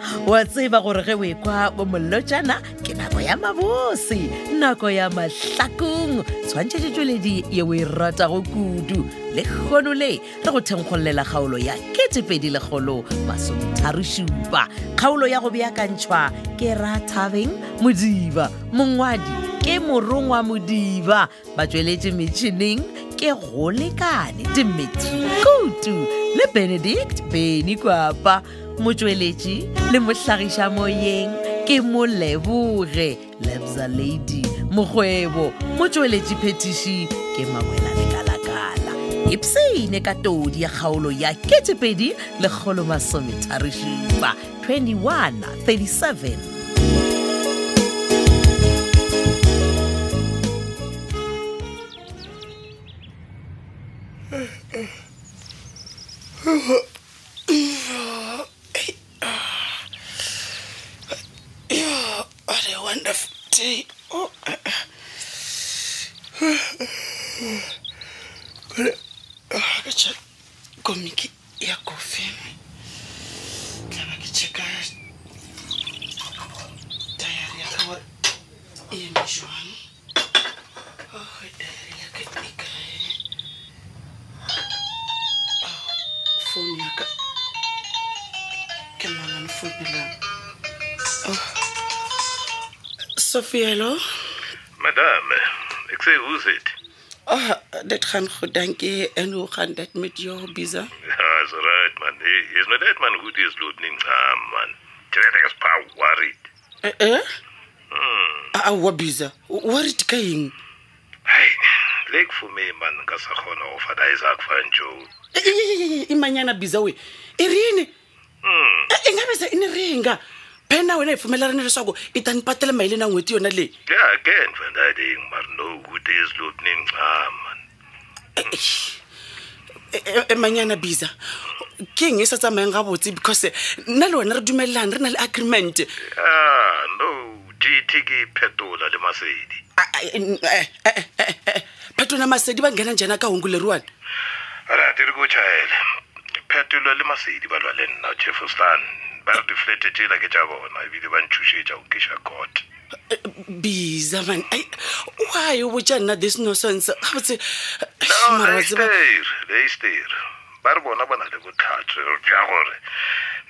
tseba gore ge o e ekwa bomollotšana ke nako ya mabose nako ya mahlakong tshwantšhetšetšweledi ye o e ratago kudu le kgono le re go thenkgollela kgaolo ya 2 kgaolo ya go beakantšhwa ke rathabeng modiba mongwadi ke morongwa modiba batsweletše metšhineng ke go lekane dimetri kutu le benedict beny kwapa motsweletši le mohlagiša moyeng ke moleboge lebza lady mokgwebo motsweletši phetiši ke mawela lekalakala ipsene ka todi ya kgaolo ya ketepedi le kgolomasometharišipa 21 37 Yeah, what a wonderful day. Oh. Kule ah, ke check komiki ya kofi. Tlaba ke checka diary ya ka gore e eme jwang. Oh, diary ya ka e kae? Oh, phone ya ka ke mama nfounelang Oh. sophie hello Madame, ik zei hoe zit. Oh, dit gaan goed, dankie. En hoe gaan dit met jou, Biza? Ja, is right man. Hey, is my dad man goed is lood niet aan man. Terwijl ik pa worried. Eh? eh? Awa, Biza. Waar is het heen? Hey, leek voor mij man, ik zou gewoon over dat is ook van jou. Eh, imanyana biza we E Eh, i rini i nga biza i ni ringa phena wena hi pfumelelana leswaku i ta ni patela mali na n'hweti yona leyi Ja, ik ken van dat ding, maar no goed is lood niet aan man. Eh, E- e- emanyana biza ke eng e sa tsamayang gabotse because nna le wena re dumelelane re na le agreement Ja, Ah, no, die tiki petola de Masedi. Ah, eh, phetona masedi va nghena njhana ka hungu leriwani Alright, ik go child. Petola de Masedi ba lwa le nna Jefferson. Ba re deflate tjela ke tja bona, ebile ba ntšhošetša go keša court. biza man ai why o botsa nna this nonsense gabotse No, mara wa tseba- Leicester, Leicester. ba re bona ba na le botlhatso bja gore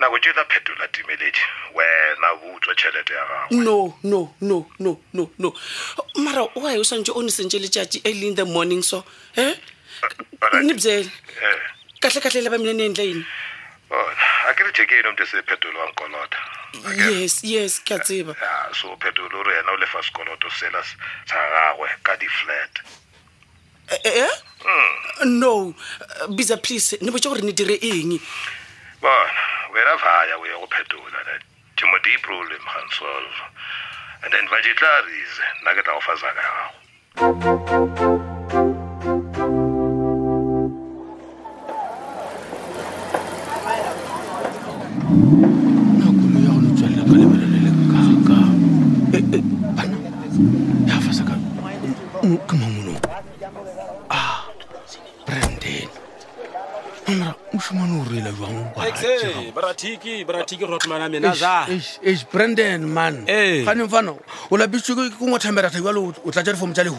nako tse la phetola timeledi wena o utswa tšhelete ya gago no no no no no no mara why o swantse o nisentse letšatši early in the morning so e Alright. ni byele Eh, kahlekahle lava mina ni endla yini bona a ke re jekeno mntu sephetolo wa nkolota yes yes ke a tseba ya so phetolo o re yena o lefa sekoloto sela s- sa gagwe ka di-flat ee Eh, Hmm. no biza please ni botse gore ni dire eng bona wena vaya o ye go phetola ne timodi problem gansolve and then ba ditlarise nna ke tla go fa saka ya gago nakolo ya go netswalela ka lebelo le le kaka bana ya fasaka ke mamono a branden amara mošomane o reela Exe, bratiki bratiki rotmana mena za jang branden man Ee. ganeng fano o lapitswe ke ke ngwathamberata jalo o tlatsa difomo tsa lehu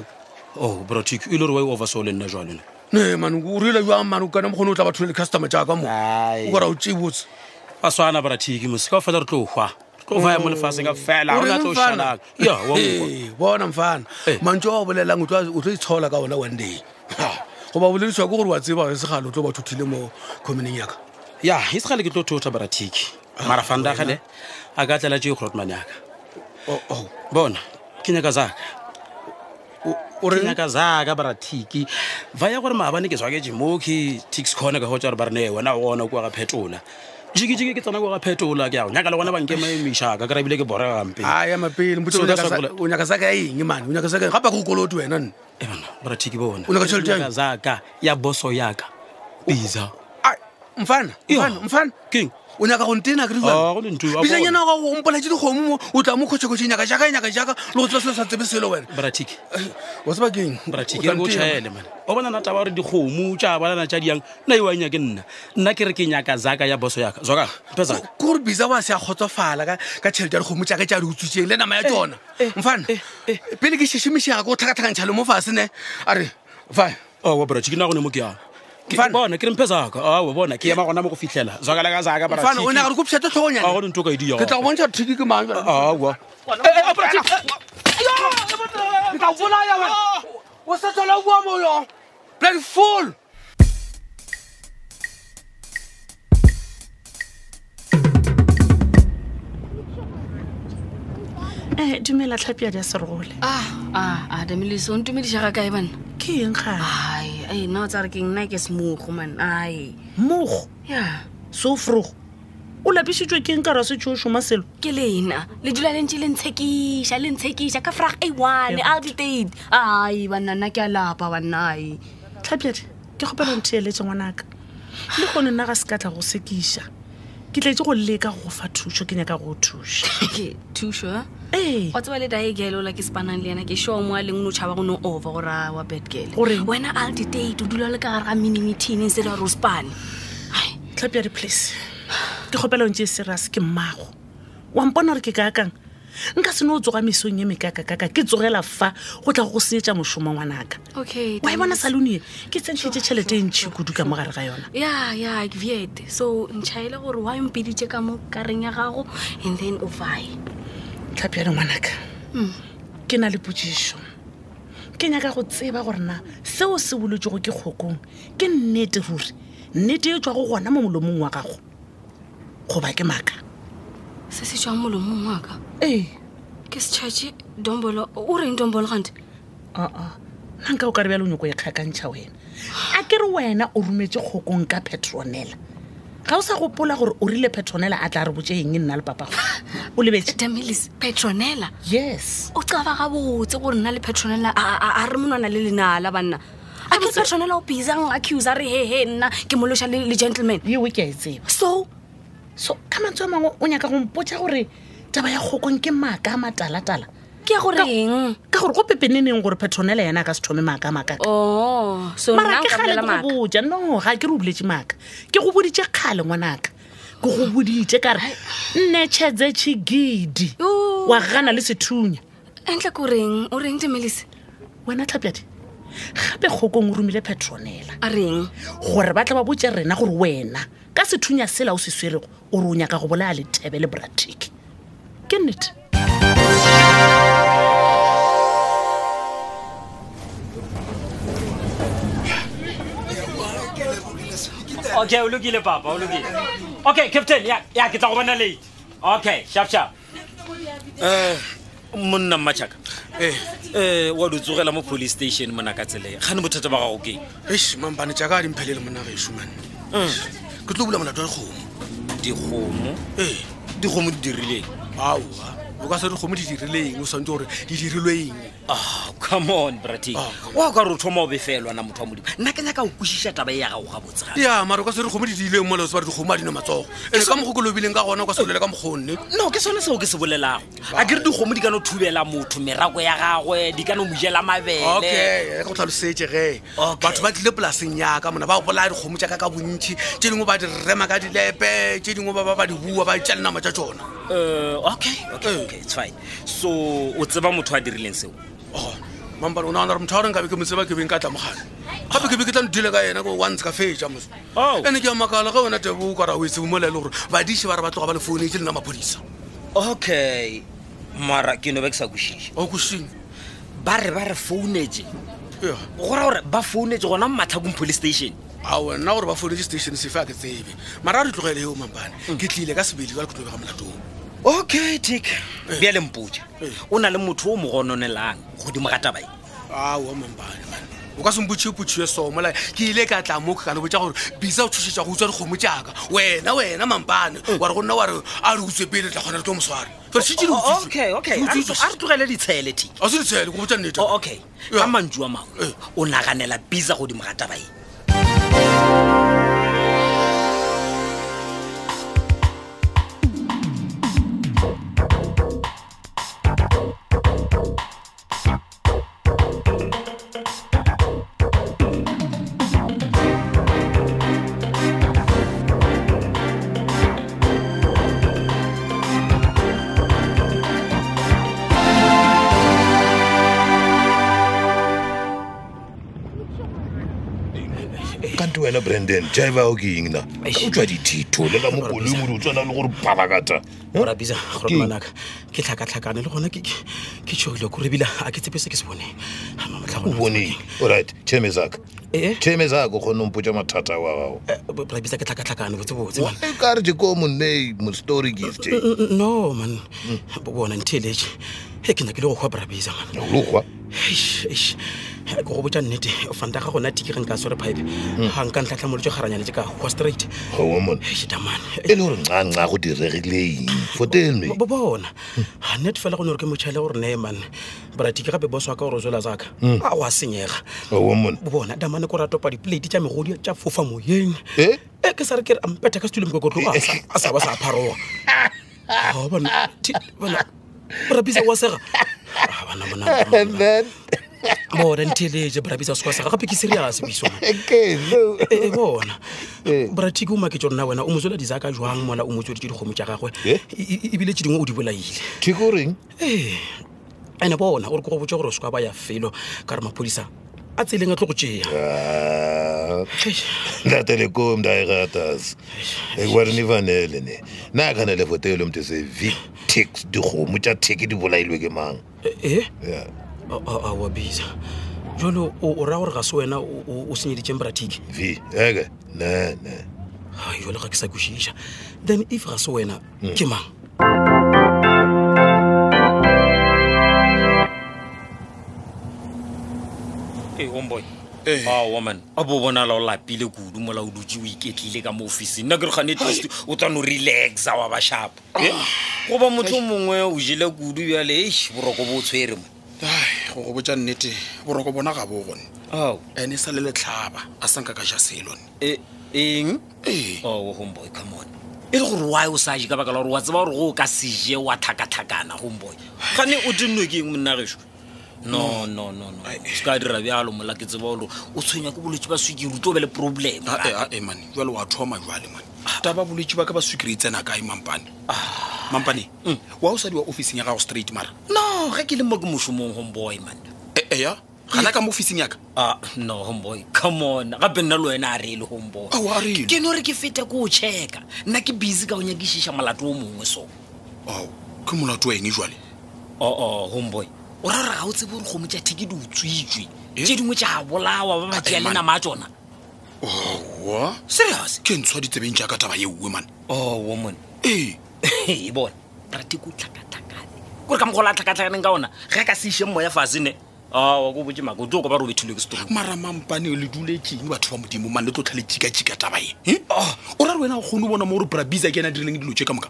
oh bratiki ile re wa e oversole nna jwale na ne man o reela jang man o kana mokgone o tla batho le customer jaaka mo Ai. o kora o tsee botse ba swana bratiki mose ka fela re tlo hwa re tlo hwa ya mo lefatsheng ka fela O ga re reng tlo mfana? shanaka ya wa utlwa. Ee, bona mfana Eh. mantso a o bolelang o tlo- o tlo itshola ka ona one day Ha, goba bolediswa ke gore wa tseba re segale o tlo ba thuthile mo communeng yaka ya isegale ke tlo thota bratiki Ah, mara fandagane a ka tlela tee grotman yaka O- o- bona ke nyaka zaka oh. o- o ke reng? nyaka zaka bratiki vaya gore maabane ke tswaketse mo ke tix corne ka gotsa gore ba re nee wena gona kua ga phetola jikijike ke tsena kua ga phetola ke ya go nyaka le gona banke maemišaka ke rabile ke borega gampe Ai, ama pele mpotse So o that's nyaka what sa- o nyaka saka ya eng mane o nyaka saka gapa ke go koloti wena nne ebana bratiki Eh, bona O nyaka tjhelete ya Oh. eng? zaka ya boso yaka biza Ai, mfana Yo. mfana, mfana keng o nyaka go ntena Ah, go le ntho, a bona. ga go mpolatse dikgomo mo o tla mo kgotshekotse nyaka jaaka e nyaka jaaka le go tla selo sa tsebe selo wena bratik wa tseba keng bratik ke go chaele man o bona na taba gore dikgomo tša balana tša diang nna e wanya ke nna nna ke re ke nyaka zaka ya boso yaka zwaka ntho tsaka kore bisa wa se a kgotsofala ka- ka tšhelete ya dikgomo tjaka tša di utswitseng le nama ya tsona mfana pele ke šešomišega ke go tlhakatlhakantšha le mo fase ne a re fa awa bratik nna gone mo ke yang Ke- Mfana. bona ke re mphe zaka awa bona ke ema gona mo go fitlhela zwaka la ka zaka mfana o nyaka re bratik kopšhetse tlhogonyana a gone ntho o ka e ke tla go bontšha thiki ke mang Eh, jwale. ediawa Ke tla go bolaya wena. o sa tlhola o bua moyong black fool um dumela tlhapi ya di a serole Ah, adameleso o ntumedišaga kae banna ke eng gae ai ai nna o tsa re ke nna ke semogo man ai mogo ya seofrogo o lapisitswe ke eng ka ra setšhoo šoma selo ke lena le dula le ntse le ntshekiša le ntshekiša ka frag a one alditate ai banna nna ke a lapa banna ai tlhapiadi ke kgopela ntheeletse ngwanaka le gone nna ga se ka tla go sekiša ke tlaetse go leka go go fa thuso ke nyaka go go thuša Ke thuso a? ee wa tseba le daegele ola ke sepanang le yena ke sure mo a leng o ne o tšhaba go ne over gore a wa bedgale Goreng? wena alditate o dula le ka gare ga mini meeting instead of ro spane tlhapiadi place ke kgopela ontse serius ke mmago wampona gore ke kaakang nka se ne o tsoga mesong ye mekakakaka ke tsogela fa go tla go go seetsa mošomo ngwanaka okay wa e bona salone ke tsentšhitse tšhelete e ntšhi kudu ka mo gare ga yona ya ya ke viet so ntšhaele gore wa mpeditse ka mo kareng ya gago and then o fae tlhapiadi ngwanaka ke na le potsišo ke nyaka go tseba gore na seo se boletsego ke kgokong ke nnete ruri nnete e tswa go gona mo molomong wa gago goba ke maaka se se tswang molomong waka ee ke setšhatšhe dombolo o reng dombolo gante aa nna nka o ka re bjalo o nyako e kgakantšha wena a ke re wena o rometse kgokong ka petronela ga o sa gopola gore o rile petronela a tla re botse eng e nna le papago o lebetse damilis petronela yes o caba gabotse gore nna le petronela a- a a re monwana le lenala banna a ke petronela o bisang accuse a re hehe nna ke mološa le le gentleman eo ke a e tseba so so ka mantswe a mangwe o nyaka go mpotsa gore taba ya kgokong ke maaka a matalatala ke ya goreng ka gore go pepeneneng gore petronela yena a ka se thome maaka a maaka o so Oh, mara nna ke nka bolela kgale ke go maaka boja no ga ke re o boletse maaka ke go boditse kgale ngwanaka ke go boditse ka re nnetšhetse tšhigidi Yo. wa gana le sethunya entle ko reng o reng damilis wena tlhapjadi gape kgokong o romile petronela a reng gore ba tla ba botse rena gore wena ka sethunya sela o se swerego o re o nyaka go bolaya lethebe le bratic ke nnete okay o lokile papa o lokile okay captain ya ya, ke tla go bona late okay sharp sharp Eh, monna mmatšhaka um wa di tsogela mo police station mona ka tseleng ga ne bothata ba gago keng eish mampane jaaka a dimphelele monna gešomane ke tlo bula molato wa dikgomo dikgomo ee dikgomo di dirileng aowa o ka se dikgomo di dirileng o swanetse gore di dirilwe eng Ah, come on bratin Oh, Ah, wa ka re o thoma o befelwana motho wa modimo nna ke nyaka o kwešiša taba e ya gago gabotsegae ya mara o ka se dikgomo di dirileng molao se ba dikgomo a dino matsogo ande ka mokgo ke lobileng ka gona o ka se olele ka mokgonne no ke sone seo ke se bolelago a ke re dikgomo di ka no thubela motho merako ya gagwe di ka no mojela mabele okay e, go tlhalosetse ge Okay. batho ba tlile polaseng yaka mona ba bolaya dikgomo jaaka ka bontšhi tse dingwe ba di rema ka dilepe tse dingwe ba ba- ba di bua ba tša lenama tša tsona Eh, okay okay okay it's fine so o tseba motho a dirileng seo mampane Oh, o naona gore motho a goreng kabe ke motseba ke beng ka tlamogane gape ke be ke tla ntile ka ena ko once ka fetsa moso Oh. ande ke a makala ge wena tebo o kara o etse bomola e le gore badiše ba re ba tloga ba le founetse lena maphodisa okay mara ke no be ke sa kwešiše o koseng ba re ba re founetse go ra gore ba founetse gona mo matlhakong police station a wena gore ba founetse station sefe a ke tsebe mara a re tlogele eo mampane ke tlile ka sebedi ka le ke tlo bega molatong okay tik bja lempotša o na le motho o mo gononelang godimo ga e. tabae aowa mampane man. o ka sempotšhe potšhie somola ke ile ka tla moka ka le botsa gore bisa o tshosetša go utswa dikgomo jaaka wena wena mampane wa re go nna wa re a re utswe pele tla kgona re tlo mosware Oh, okay okay a re tlo- a re tlogele ditshele tik a se ditshele ko botsa nnete O- okay Yeah. ka mantšu a mangwe Eh. o naganela bisa godimo ga tabae wena brandon jiva o ke eng na Eish. o tswa dithitho le ka mo koloi modi o tswana le gore palakata ora bisa gore manaka ke tlhakatlhakane le gona ke ke- ke tshogile kore ebile a ke tsepe se ke se boneng o boneng olright cheme zaka ee cheme zaka o kgone mpotsa mathata wa gago ora bisa ke tlhakatlhakane botsebotse man e ka re jeko monne mostory gift N- n- no man bo- bona ntheeletse e ke nyakile go kgwa brabisa man olokgwa Eish, eish. ke go botsa nnete fanta ga gona tiki ge nka swere pipe ga nka ntlhatlhamoletse garanyaletse ka hwa straight gowamone Eish, tamane e le gore ncanca go diregileng fotelme bo bona ga net fela go ne gore ke motšhaele gore nee man bratiki gape boso wa ka gore o zwela tsaka a o a senyega gowamone bo bona damane ko ratopa diplate tša megodi tša fofa moyeng e e ke sa re ke re ampeta ka setuleng kokotlo a sa- a sa ba sa pharoga brabisa wa sega Ah, bana, bana, bana, bana. then bona ntheeletse brabisa sekwa sega gape ke serius biso man. okay no e e, bona Eh. bratiki o maketso rona wena o mosola disaka jwang mola o motseditse dikgomo tja gagwe Eh? E- e- ebile tse dingwe o di bolaile thiko oreng ee ande bona ore ke go botse gore o seka ba ya felo ka re maphodisa a tseleng a tlo go tseya Ah. ndatelekom ndayikratas ekwari ni fanele ne na khanele fotelo mntu se victix dikgomo tša theke di bolailwe ke mang ee Yeah. awa bisa jalo o raya gore ga se wena o- o o senyeditseng bratiki v eke ne ne ai jalo ga ke sa kwešiša then if ga se wena ke mang e omboy a Ah, woman a bo bonala o lapile kudu mola o dutse o iketlile ka mo officing nna ke re gane test o tswano relaxa wa ba shapo goba motho o mongwe o jele kudu bjale ei boroko bo o tshwere mo Ai, go go botsa nnete boroko bona ga bo gone ao ane sa le letlhaba a sanka ka ja selone e- eng ee oo homeboy Oh, come on e le gore wy o sa je ka baka la gore wa tseba gore go o ka seje wa thakathakana homeboy gane o tenne ke eng monna gešo no no no no se ka dira bjalo mola ke tseba gore o tshwenya ke bolwetse ba sukiri o tlo be le problem ae ae mane jalo wa thoma jale mane taba bolwetse ba ka ba sukiri tsena kae mampane mampane wa o sadi wa officing ya gago straight mara no ge ke le mo ke mošomong homeboy man E- eya gana ka mo officing yaka ah no homeboy come on gape nna le wena a re e le homeboy Ao, a reele. ke no re ke fete ko o checka nna ke busy ka o nyakešiša molato o mongwe so ao ke molato wa eng jale oo Oh, homeboy o ra re ga o tsebe gore kgomo tša theke di utswitswe Eh? tše dingwe tša bolawa ba ba tea Eh, le man. nama a tsona Oh, wa serious ke ntshwa ditsebeng jaaka taba ye uwe mane o woman ee e bona rateko o tlhakatlhakane kore ka mogola a tlhakatlhakaneng ka ona ge a ka seiše moya fase ne aa ko botse mako o tlo ko ba re o bethilwe ke setoro mara mampane le duletseng batho ba modimo mane le tlo tlhale jikajika taba e Hm? o ra re wena o kgone o bona mo gore brabisa ke ena a dirileng dilo tse ka moka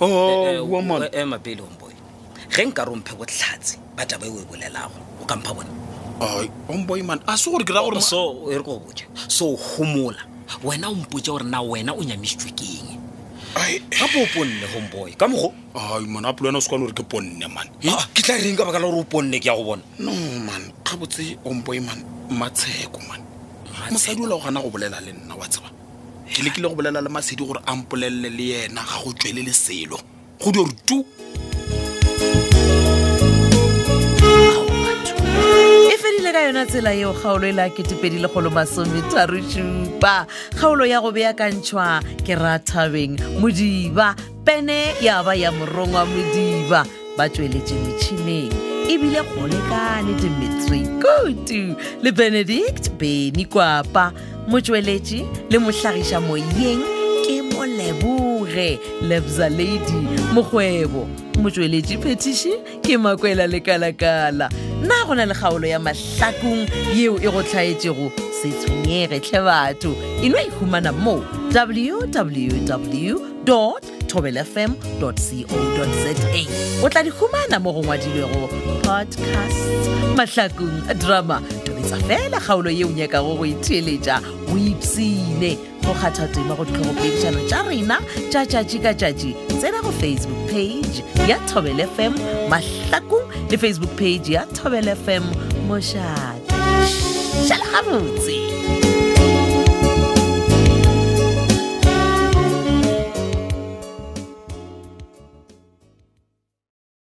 Oh, Eh, wa man. ema pele homeboy ge nka romphe botlhatse ba taba eo e bolelago o kampha bone omboy man a se gore ke ra gore ma- so e re ko botse so gomola wena o mpotse gore na wena o nyamisitswe ke eng Ai, gape o ponne homeboy ka mogo ai man apo le wena o sekwane gore ke ponne man Ah, ke tla reng ka baka la gore o ponne ke ya go bona no man ga botse omboy man matsheko man mosadi o la go gana go bolela le nna wa tseba ke lekile go bolela le masedi gore a mpolelele le yena ga go tswele le selo go dio re tu e fedile ka yona tsela eo kgaolo e le a ketepedi legolo masometharo-supa e kgaolo ya go beakantšhwa ke rathabeng modiba pene ya ba ya morongwa modiba ba tsweletše metšhineng e ebile go lekane dimetri kutu le benedict beny kwapa motsweletši le mohlagiša moyeng ke moleboge lebza lady mokgwebo motsweletši phetiši ke makwela lekalakala na go na le kgaolo ya mahlakong yeo e go tlhaetšego se tshwenyege tlhe batho eno e humana mo www tobelfm co za o tla di humana mo go ngwadilwego podcast mahlakong a drama tobetsa fela kgaolo yeo nyakago go itheletša o ipsene go kgatha tema go ditlhogopedišano tša rena tša tšatši ka tšatši tsena go facebook page ya thobel fm mahlakong le facebook page ya thobel fm mošate šala gabotse